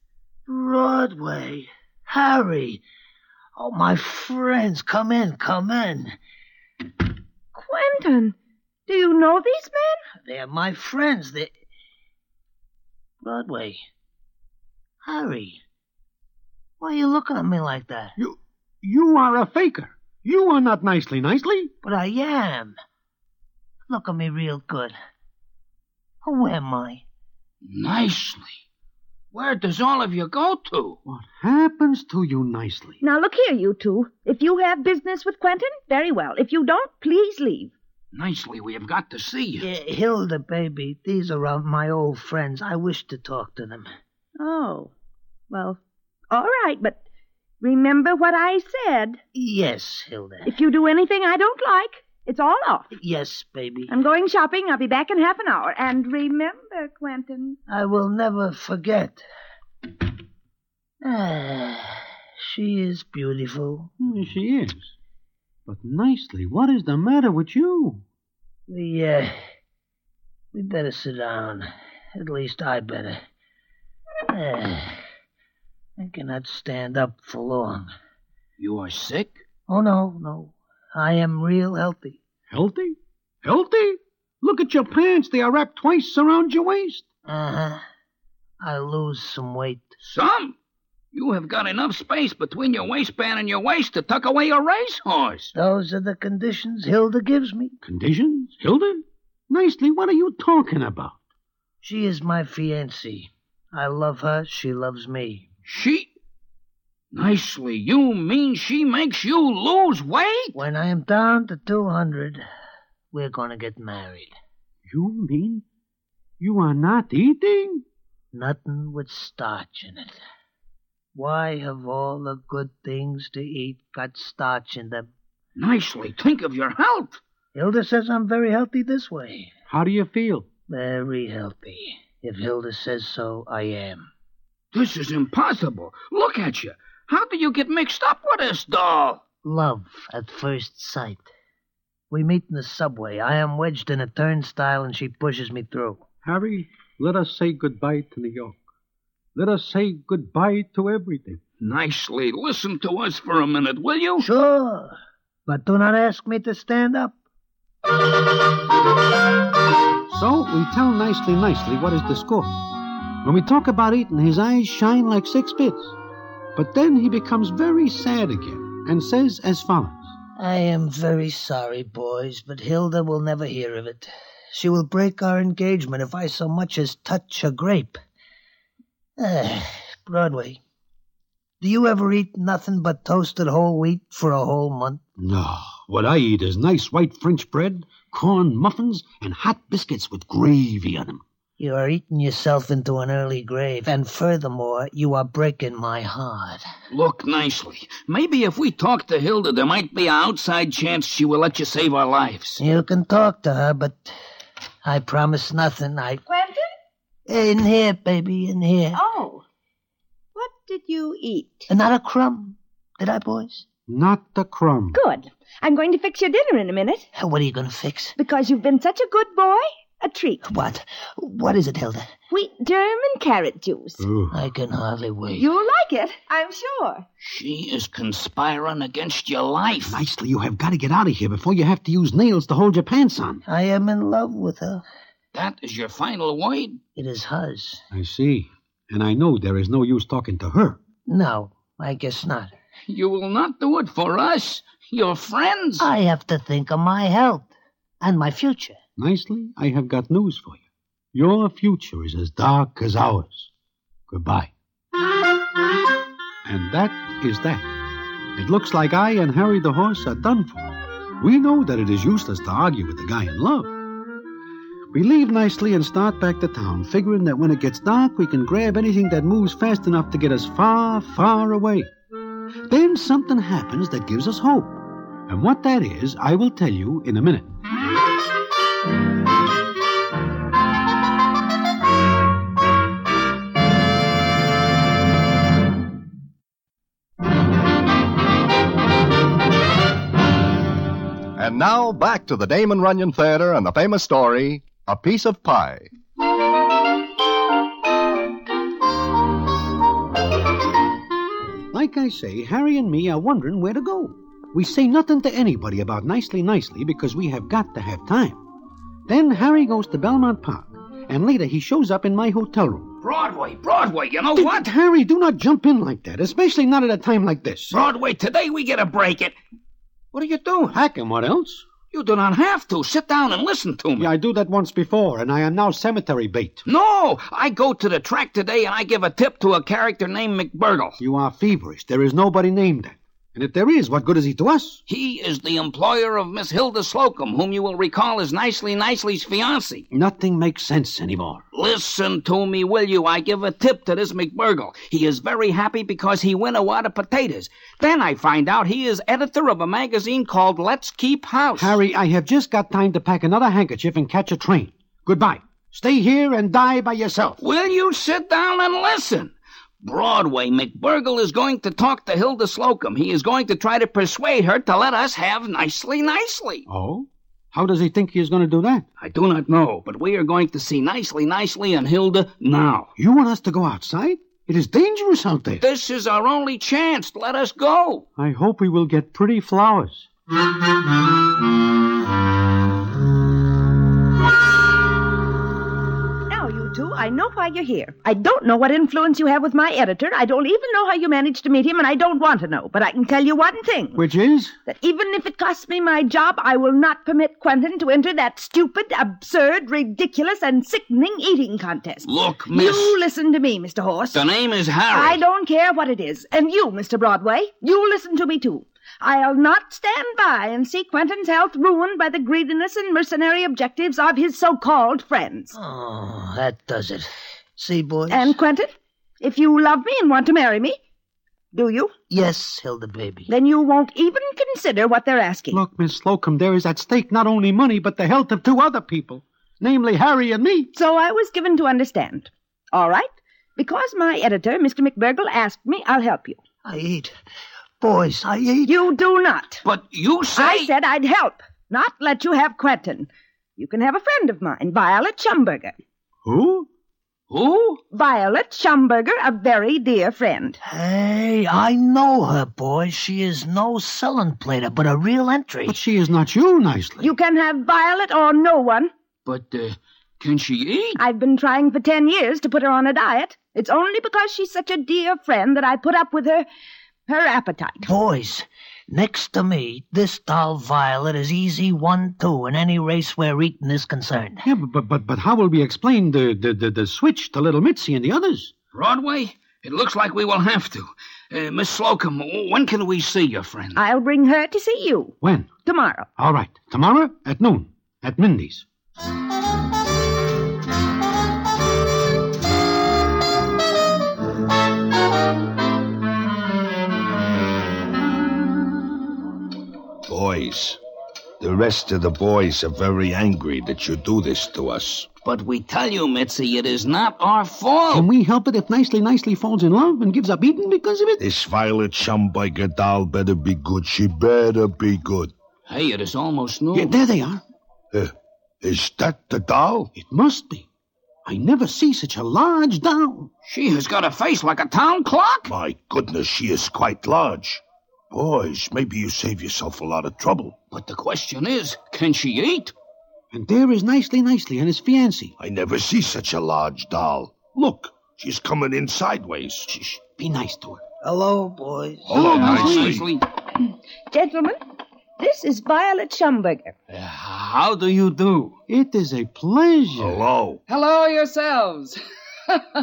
Speaker 18: Broadway. Harry. Oh, my friends, come in, come in.
Speaker 17: Quentin, do you know these men?
Speaker 18: They're my friends. They. Broadway. Harry. Why are you looking at me like that?
Speaker 14: You you are a faker. You are not nicely nicely.
Speaker 18: But I am. Look at me real good. Who am I?
Speaker 15: Nicely. Where does all of you go to?
Speaker 14: What happens to you nicely?
Speaker 17: Now look here, you two. If you have business with Quentin, very well. If you don't, please leave.
Speaker 15: Nicely, we have got to see you.
Speaker 18: Yeah, Hilda, baby, these are my old friends. I wish to talk to them.
Speaker 17: Oh. Well, all right, but remember what I said.
Speaker 18: Yes, Hilda.
Speaker 17: If you do anything I don't like, it's all off.
Speaker 18: Yes, baby.
Speaker 17: I'm going shopping. I'll be back in half an hour. And remember, Quentin.
Speaker 18: I will never forget. Ah, she is beautiful.
Speaker 14: Hmm, She is. But nicely, what is the matter with you?
Speaker 18: We, uh, we better sit down. At least I better. Ah. I cannot stand up for long.
Speaker 15: You are sick?
Speaker 18: Oh, no, no. I am real healthy.
Speaker 14: Healthy? Healthy? Look at your pants. They are wrapped twice around your waist.
Speaker 18: Uh huh. I lose some weight.
Speaker 15: Some? You have got enough space between your waistband and your waist to tuck away your racehorse.
Speaker 18: Those are the conditions Hilda gives me.
Speaker 14: Conditions? Hilda? Nicely, what are you talking about?
Speaker 18: She is my fiancée. I love her. She loves me.
Speaker 15: She? Nicely, you mean she makes you lose weight?
Speaker 18: When I am down to 200, we're going to get married.
Speaker 14: You mean you are not eating?
Speaker 18: Nothing with starch in it. Why have all the good things to eat got starch in them?
Speaker 15: Nicely, think of your health.
Speaker 18: Hilda says I'm very healthy this way.
Speaker 14: How do you feel?
Speaker 18: Very healthy. If Hilda says so, I am.
Speaker 15: This is impossible. Look at you. How do you get mixed up with this doll?
Speaker 18: Love at first sight. We meet in the subway. I am wedged in a turnstile and she pushes me through.
Speaker 14: Harry, let us say goodbye to New York. Let us say goodbye to everything.
Speaker 15: Nicely, listen to us for a minute, will you?
Speaker 18: Sure. But do not ask me to stand up.
Speaker 14: So we tell Nicely Nicely what is the score. When we talk about eating, his eyes shine like six bits. But then he becomes very sad again and says as follows
Speaker 18: I am very sorry, boys, but Hilda will never hear of it. She will break our engagement if I so much as touch a grape. Eh, Broadway, do you ever eat nothing but toasted whole wheat for a whole month?
Speaker 14: No, what I eat is nice white French bread, corn muffins, and hot biscuits with gravy on 'em.
Speaker 18: You are eating yourself into an early grave, and furthermore, you are breaking my heart.
Speaker 15: Look nicely. Maybe if we talk to Hilda, there might be an outside chance she will let you save our lives.
Speaker 18: You can talk to her, but I promise nothing. I.
Speaker 19: Quentin?
Speaker 18: In here, baby, in here.
Speaker 19: Oh. What did you eat?
Speaker 18: And not a crumb. Did I, boys?
Speaker 14: Not a crumb.
Speaker 17: Good. I'm going to fix your dinner in a minute.
Speaker 18: What are you going to fix?
Speaker 17: Because you've been such a good boy. A treat.
Speaker 18: What? What is it, Hilda?
Speaker 17: Wheat germ and carrot juice.
Speaker 18: I can hardly wait.
Speaker 19: You'll like it, I'm sure.
Speaker 15: She is conspiring against your life.
Speaker 14: Nicely, you have got to get out of here before you have to use nails to hold your pants on.
Speaker 18: I am in love with her.
Speaker 15: That is your final word?
Speaker 18: It is hers.
Speaker 14: I see. And I know there is no use talking to her.
Speaker 18: No, I guess not.
Speaker 15: You will not do it for us, your friends.
Speaker 18: I have to think of my health and my future.
Speaker 14: Nicely, I have got news for you. Your future is as dark as ours. Goodbye. And that is that. It looks like I and Harry the horse are done for. We know that it is useless to argue with the guy in love. We leave nicely and start back to town, figuring that when it gets dark, we can grab anything that moves fast enough to get us far, far away. Then something happens that gives us hope. And what that is, I will tell you in a minute.
Speaker 13: And now back to the Damon Runyon Theater and the famous story, A Piece of Pie.
Speaker 14: Like I say, Harry and me are wondering where to go. We say nothing to anybody about Nicely Nicely because we have got to have time. Then Harry goes to Belmont Park, and later he shows up in my hotel room.
Speaker 15: Broadway, Broadway, you know
Speaker 14: D-
Speaker 15: what?
Speaker 14: Harry, do not jump in like that, especially not at a time like this.
Speaker 15: Broadway, today we get to break it.
Speaker 14: What do you do? Hack him, what else?
Speaker 15: You do not have to. Sit down and listen to me.
Speaker 14: Yeah, I do that once before, and I am now cemetery bait.
Speaker 15: No, I go to the track today and I give a tip to a character named McBurgle.
Speaker 14: You are feverish. There is nobody named that. And if there is, what good is he to us?
Speaker 15: He is the employer of Miss Hilda Slocum, whom you will recall as Nicely Nicely's fiancée.
Speaker 14: Nothing makes sense anymore.
Speaker 15: Listen to me, will you? I give a tip to this McBurgle. He is very happy because he win a wad of potatoes. Then I find out he is editor of a magazine called Let's Keep House.
Speaker 14: Harry, I have just got time to pack another handkerchief and catch a train. Goodbye. Stay here and die by yourself.
Speaker 15: Will you sit down and listen? Broadway, McBurgle is going to talk to Hilda Slocum. He is going to try to persuade her to let us have Nicely Nicely.
Speaker 14: Oh? How does he think he is going to do that?
Speaker 15: I do not know, but we are going to see Nicely Nicely and Hilda now.
Speaker 14: You want us to go outside? It is dangerous out there.
Speaker 15: This is our only chance. Let us go.
Speaker 14: I hope we will get pretty flowers.
Speaker 17: Now, you two, I know why you're here. I don't know what influence you have with my editor. I don't even know how you managed to meet him, and I don't want to know. But I can tell you one thing
Speaker 14: Which is?
Speaker 17: that even if it costs me my job, I will not permit Quentin to enter that stupid, absurd, ridiculous, and sickening eating contest.
Speaker 15: Look, miss.
Speaker 17: You listen to me, Mr. Horse.
Speaker 15: The name is Harry.
Speaker 17: I don't care what it is. And you, Mr. Broadway, you listen to me, too. I'll not stand by and see Quentin's health ruined by the greediness and mercenary objectives of his so called friends.
Speaker 18: Oh, that does it. See, boys?
Speaker 17: And, Quentin, if you love me and want to marry me, do you?
Speaker 18: yes, Hilda, baby.
Speaker 17: Then you won't even consider what they're asking.
Speaker 14: Look, Miss Slocum, there is at stake not only money, but the health of two other people, namely Harry and me.
Speaker 17: So I was given to understand. All right. Because my editor, Mr. McBurgle, asked me, I'll help you.
Speaker 18: I eat. Boys, I eat.
Speaker 17: You do not.
Speaker 15: But you say.
Speaker 17: I said I'd help, not let you have Quentin. You can have a friend of mine, Violet Schumberger.
Speaker 14: Who?
Speaker 15: Who?
Speaker 17: Violet Schumberger, a very dear friend.
Speaker 18: Hey, I know her, boys. She is no selling plater, but a real entry.
Speaker 14: But she is not you, nicely.
Speaker 17: You can have Violet or no one.
Speaker 15: But uh, can she
Speaker 16: E?
Speaker 15: eat?
Speaker 17: I've been trying for ten years to put her on a diet. It's only because she's such a dear friend that I put up with her her appetite.
Speaker 18: Boys, next to me, this doll Violet is easy one-two in any race where eating is concerned.
Speaker 14: Yeah, but, but, but, but how will we explain the, the, the, the switch to Little Mitzi and the others?
Speaker 15: Broadway? It looks like we will have to. Uh, Miss Slocum, when can we see your friend?
Speaker 17: I'll bring her to see you
Speaker 14: When?
Speaker 17: tomorrow.
Speaker 14: All right. Tomorrow at noon at Mindy's.
Speaker 16: Boys, the rest of the boys are very angry that you do this to us.
Speaker 15: But we tell you, Mitzi, it is not our fault.
Speaker 14: Can we help it if Nicely Nicely falls in love and gives up eating because of it?
Speaker 16: This Violet Schumbiker doll better be good. She better be good.
Speaker 15: Hey, it is almost noon.
Speaker 14: Yeah, there they are.
Speaker 16: Uh, is that the doll?
Speaker 14: It must be. I never see such a large doll.
Speaker 15: She has got a face like a town clock.
Speaker 16: My goodness, she is quite large. Boys, maybe you save yourself a lot of trouble.
Speaker 15: But the question is, can she eat?
Speaker 14: And there is Nicely Nicely and his fiancée.
Speaker 16: I never see such a large doll. Look, she's coming in sideways. Shh,
Speaker 14: be nice to her.
Speaker 18: Hello, boys.
Speaker 16: Hello, Oh, Nicely.
Speaker 17: Gentlemen, this is Violet Schumberger.
Speaker 15: How do you do?
Speaker 14: It is a pleasure.
Speaker 16: Hello.
Speaker 20: Hello yourselves.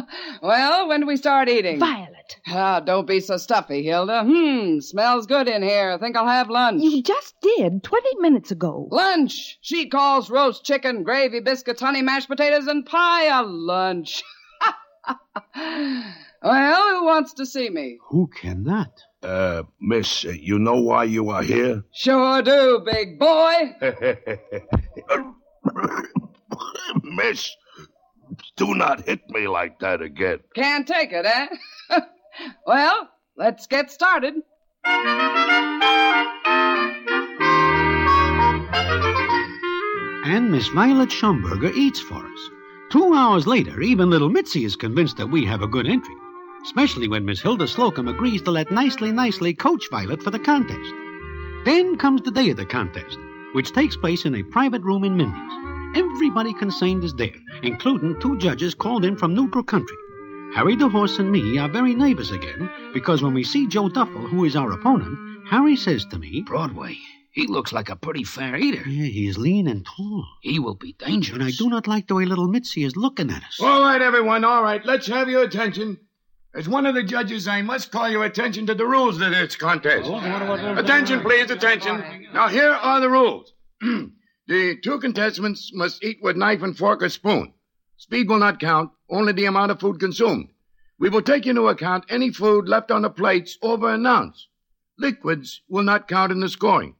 Speaker 20: well, when do we start eating?
Speaker 17: Violet,
Speaker 20: Ah, don't be so stuffy, Hilda. Hmm, smells good in here. Think I'll have lunch.
Speaker 17: you just did 20 minutes ago.
Speaker 20: Lunch! She calls roast chicken, gravy, biscuits, honey, mashed potatoes, and pie a lunch. well, who wants to see me?
Speaker 14: Who cannot?
Speaker 16: Uh, miss, uh, you know why you are here?
Speaker 20: Sure do, big boy.
Speaker 16: miss, do not hit me like that again.
Speaker 20: Can't take it, eh? well, let's get started.
Speaker 14: And Miss Violet Schumberger eats for us. Two hours later, even little Mitzi is convinced that we have a good entry, especially when Miss Hilda Slocum agrees to let Nicely Nicely coach Violet for the contest. Then comes the day of the contest, which takes place in a private room in Mindy's. Everybody concerned is there, including two judges called in from neutral country. Harry the horse and me are very neighbors again, because when we see Joe Duffel, who is our opponent, Harry says to me,
Speaker 15: Broadway. He looks like a pretty fair eater.
Speaker 14: Yeah, he is lean and tall.
Speaker 15: He will be
Speaker 14: And I
Speaker 15: dangerous.
Speaker 14: do not like the way little Mitzi is looking at us.
Speaker 21: All right, everyone, all right. Let's have your attention. As one of the judges, I must call your attention to the rules of this contest. Attention, please, attention. Now, here are the rules. the two contestants must eat with knife and fork or spoon. Speed will not count, only the amount of food consumed. We will take into account any food left on the plates over an ounce. Liquids will not count in the scoring.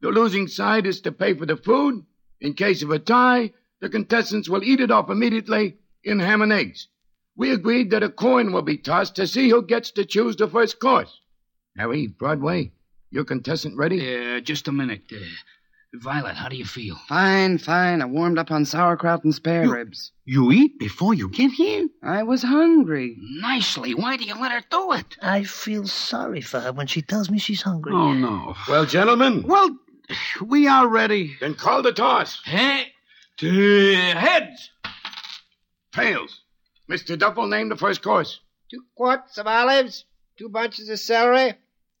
Speaker 21: The losing side is to pay for the food. In case of a tie, the contestants will eat it off immediately in ham and eggs. We agreed that a coin will be tossed to see who gets to choose the first course. Harry, Broadway, your contestant ready?
Speaker 15: Uh, just a minute. Uh, Violet, how do you feel?
Speaker 20: Fine, fine. I warmed up on sauerkraut and spare ribs.
Speaker 14: You eat before you get here?
Speaker 20: I was hungry.
Speaker 15: Nicely. Why do you let her do it?
Speaker 18: I feel sorry for her when she tells me she's hungry.
Speaker 14: Oh, no.
Speaker 21: Well, gentlemen,
Speaker 14: Well, we are ready.
Speaker 21: then call the toss.
Speaker 15: Hey, to heads.
Speaker 21: Tails. Mr. Duffel, name the first course.
Speaker 22: two quarts of olives, two bunches of celery,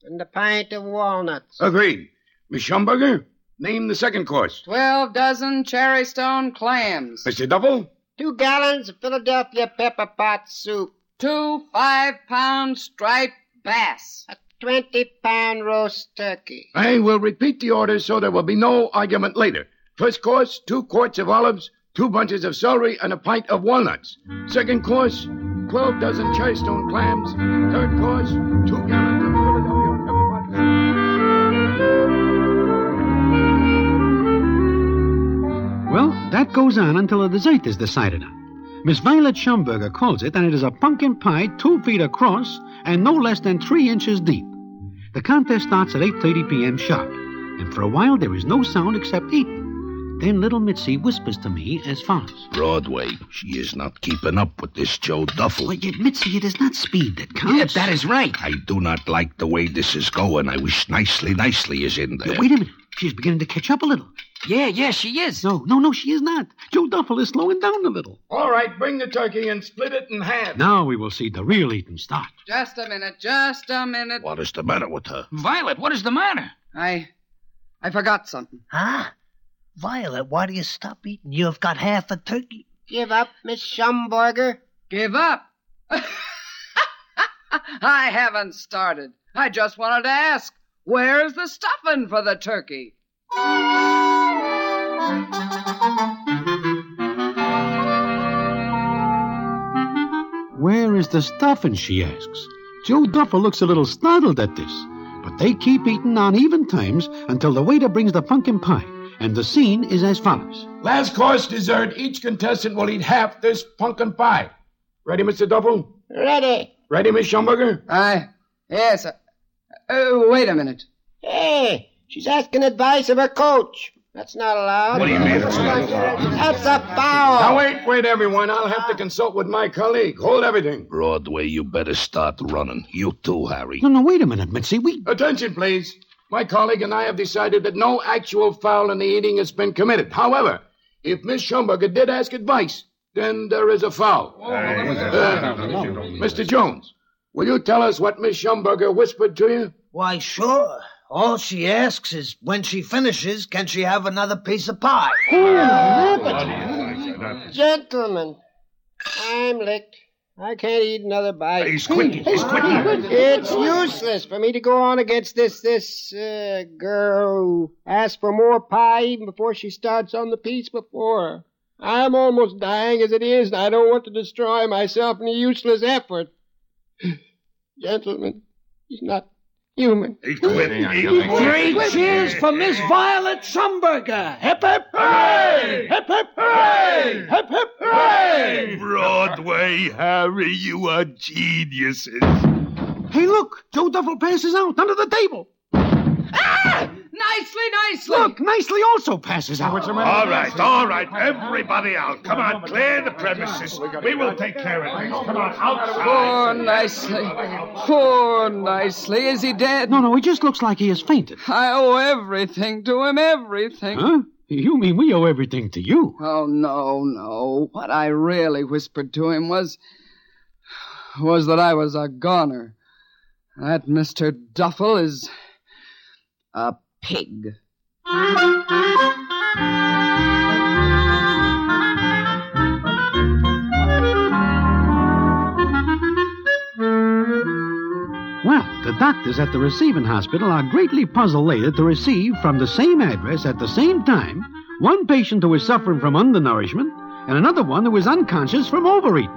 Speaker 22: and a pint of walnuts.
Speaker 21: Agreed. Miss Schumberger, name the second course.
Speaker 20: Twelve dozen cherry stone clams.
Speaker 21: Mr. Duffel,
Speaker 22: Two gallons of Philadelphia pepper pot soup.
Speaker 20: Two five pound striped bass.
Speaker 22: A twenty pound roast turkey.
Speaker 21: I will repeat the order so there will be no argument later. First course, two quarts of olives, two bunches of celery, and a pint of walnuts. Second course, 12 dozen cherry stone clams. Third course, two gallons of Philadelphia pepper pot.
Speaker 14: Well, that goes on until a dessert is decided on. Miss Violet Schumberger calls it, and it is a pumpkin pie two feet across and no less than three inches deep. The contest starts at 8.30 p.m. sharp, and for a while there is no sound except eating. Then little Mitzi whispers to me as follows.
Speaker 16: Broadway, she is not keeping up with this Joe Duffel.
Speaker 14: Wait, Mitzi, it is not speed that
Speaker 16: counts.
Speaker 15: that is right.
Speaker 16: I do not like the way this is going. I wish Nicely Nicely is in there.
Speaker 14: Wait a minute. She's beginning to catch up a little.
Speaker 15: Yeah, yeah, she is.
Speaker 14: No, no, no, she is not. Joe Duffel is slowing down a little.
Speaker 21: All right, bring the turkey and split it in half.
Speaker 14: Now we will see the real eating start.
Speaker 20: Just a minute, just a minute.
Speaker 16: What is the matter with her?
Speaker 15: Violet, what is the matter?
Speaker 20: I. I forgot something.
Speaker 18: Huh? Ah, Violet, why do you stop eating? You have got half a turkey.
Speaker 22: Give up, Miss Schumberger.
Speaker 20: Give up? I haven't started. I just wanted to ask where's the stuffing for the turkey?
Speaker 14: Where is the stuffing, she asks. Joe Duffel looks a little startled at this, but they keep eating on even times until the waiter brings the pumpkin pie, and the scene is as follows.
Speaker 21: Last course dessert. Each contestant will eat half this pumpkin pie. Ready, Mr. Duffel?
Speaker 22: Ready.
Speaker 21: Ready, Miss Schumberger?
Speaker 20: I. Yes. Uh, uh, wait a minute.
Speaker 22: Hey, she's asking advice of her coach. That's not allowed.
Speaker 21: What do you mean it's not
Speaker 22: That's a foul.
Speaker 21: Now, wait, wait, everyone. I'll have to consult with my colleague. Hold everything.
Speaker 16: Broadway, you better start running. You too, Harry.
Speaker 14: No, no, wait a minute, Mitzi. We.
Speaker 21: Attention, please. My colleague and I have decided that no actual foul in the eating has been committed. However, if Miss Schumberger did ask advice, then there is a foul. Uh, Mr. Jones, will you tell us what Miss Schumberger whispered to you?
Speaker 18: Why, sure. All she asks is when she finishes, can she have another piece of pie?
Speaker 22: Gentlemen, I'm licked. I can't eat another bite. Hmm. Ah,
Speaker 16: He's quick. He's quick.
Speaker 22: It's useless for me to go on against this this uh, girl who asks for more pie even before she starts on the piece before her. I'm almost dying as it is, and I don't want to destroy myself in a useless effort. Gentlemen, he's not human.
Speaker 16: He's
Speaker 1: Three cheers for Miss Violet Schumberger. Hip hip hooray! Hip hip hooray! Hip hip hooray!
Speaker 16: Broadway, Harry, you are geniuses.
Speaker 14: Hey, look! Joe Duffel passes out under the table.
Speaker 20: Nicely, nicely.
Speaker 14: Look, nicely also passes out.
Speaker 16: All right, all right, everybody out. Come on, clear the premises. We will take care of things. Come on,
Speaker 20: Poor
Speaker 16: outside.
Speaker 20: nicely. Poor nicely. Is he dead?
Speaker 14: No, no, he just looks like he has fainted.
Speaker 20: I owe everything to him, everything.
Speaker 14: Huh? You mean we owe everything to you?
Speaker 20: Oh, no, no. What I really whispered to him was. was that I was a goner. That Mr. Duffel is. a pig.
Speaker 14: Well, the doctors at the receiving hospital are greatly puzzled later to receive from the same address at the same time one patient who is suffering from undernourishment and another one who is unconscious from overeating.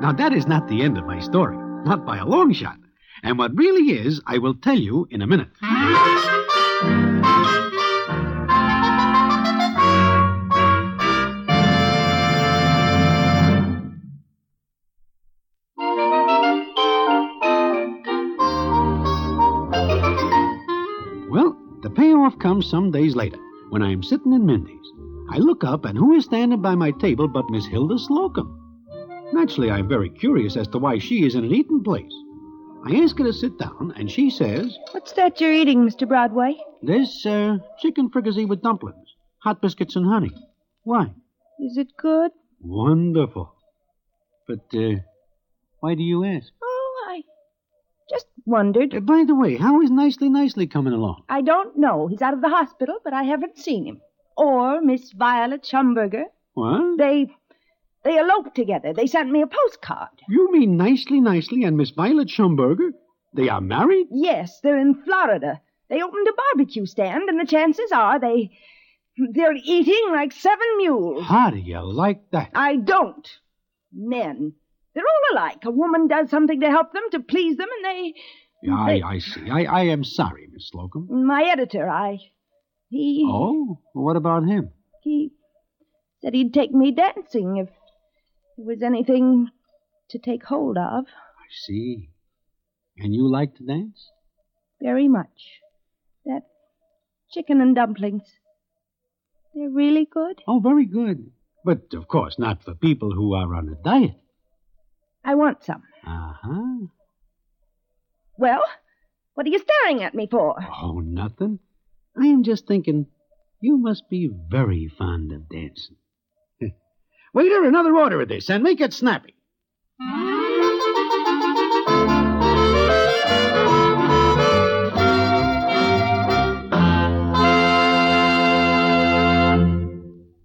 Speaker 14: Now, that is not the end of my story, not by a long shot. And what really is, I will tell you in a minute. Well, the payoff comes some days later when I am sitting in Mindy's. I look up, and who is standing by my table but Miss Hilda Slocum? Naturally, I am very curious as to why she is in an eating place. I ask her to sit down, and she says,
Speaker 23: What's that you're eating, Mr. Broadway?
Speaker 14: This uh, chicken fricassee with dumplings, hot biscuits, and honey. Why?
Speaker 23: Is it good?
Speaker 14: Wonderful. But uh, why do you ask?
Speaker 23: Oh, I just wondered.
Speaker 14: Uh, by the way, how is Nicely Nicely coming along?
Speaker 23: I don't know. He's out of the hospital, but I haven't seen him. Or Miss Violet Schumberger.
Speaker 14: What?
Speaker 23: They they eloped together. They sent me a postcard.
Speaker 14: You mean Nicely Nicely and Miss Violet Schumberger? They are married?
Speaker 23: Yes, they're in Florida. They opened a barbecue stand, and the chances are they they're eating like seven mules.
Speaker 14: How do you like that?
Speaker 23: I don't. Men. They're all alike. A woman does something to help them, to please them, and they
Speaker 14: Yeah, I, I see. I, I am sorry, Miss Slocum.
Speaker 23: My editor, I. He.
Speaker 14: Oh, what about him?
Speaker 23: He said he'd take me dancing if. there was anything to take hold of
Speaker 14: I see. And you like to dance?
Speaker 23: very much. That chicken and dumplings. They're really good.
Speaker 14: Oh, very good. But, of course, not for people who are on a diet.
Speaker 23: I want some.
Speaker 14: Uh huh.
Speaker 23: Well, what are you staring at me for?
Speaker 14: Oh, nothing. I am just thinking, you must be very fond of dancing. Waiter, another order of this, and make it snappy.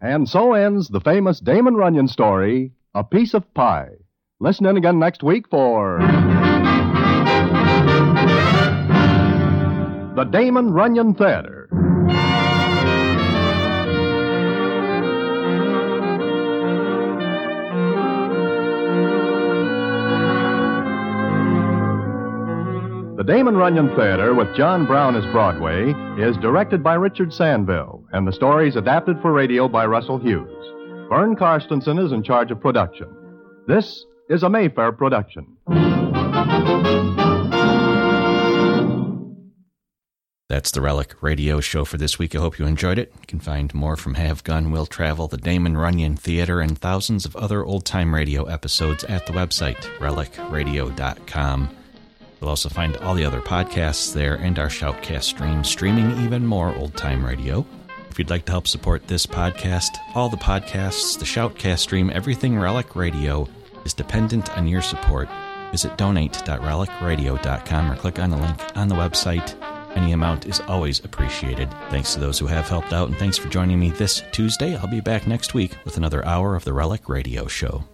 Speaker 13: And so ends the famous Damon Runyon story, A Piece of Pie. Listen in again next week for. The Damon Runyon Theater. The Damon Runyon Theater with John Brown as Broadway is directed by Richard Sandville, and the story is adapted for radio by Russell Hughes. Vern Karstensen is in charge of production. This is a Mayfair production.
Speaker 2: That's the Relic Radio Show for this week. I hope you enjoyed it. You can find more from Have Gun Will Travel, the Damon Runyon Theater, and thousands of other old time radio episodes at the website, relicradio.com. You'll also find all the other podcasts there and our Shoutcast stream, streaming even more old time radio. If you'd like to help support this podcast, all the podcasts, the Shoutcast stream, everything Relic Radio is dependent on your support. Visit donate.relicradio.com or click on the link on the website. Any amount is always appreciated. Thanks to those who have helped out, and thanks for joining me this Tuesday. I'll be back next week with another hour of the Relic Radio Show.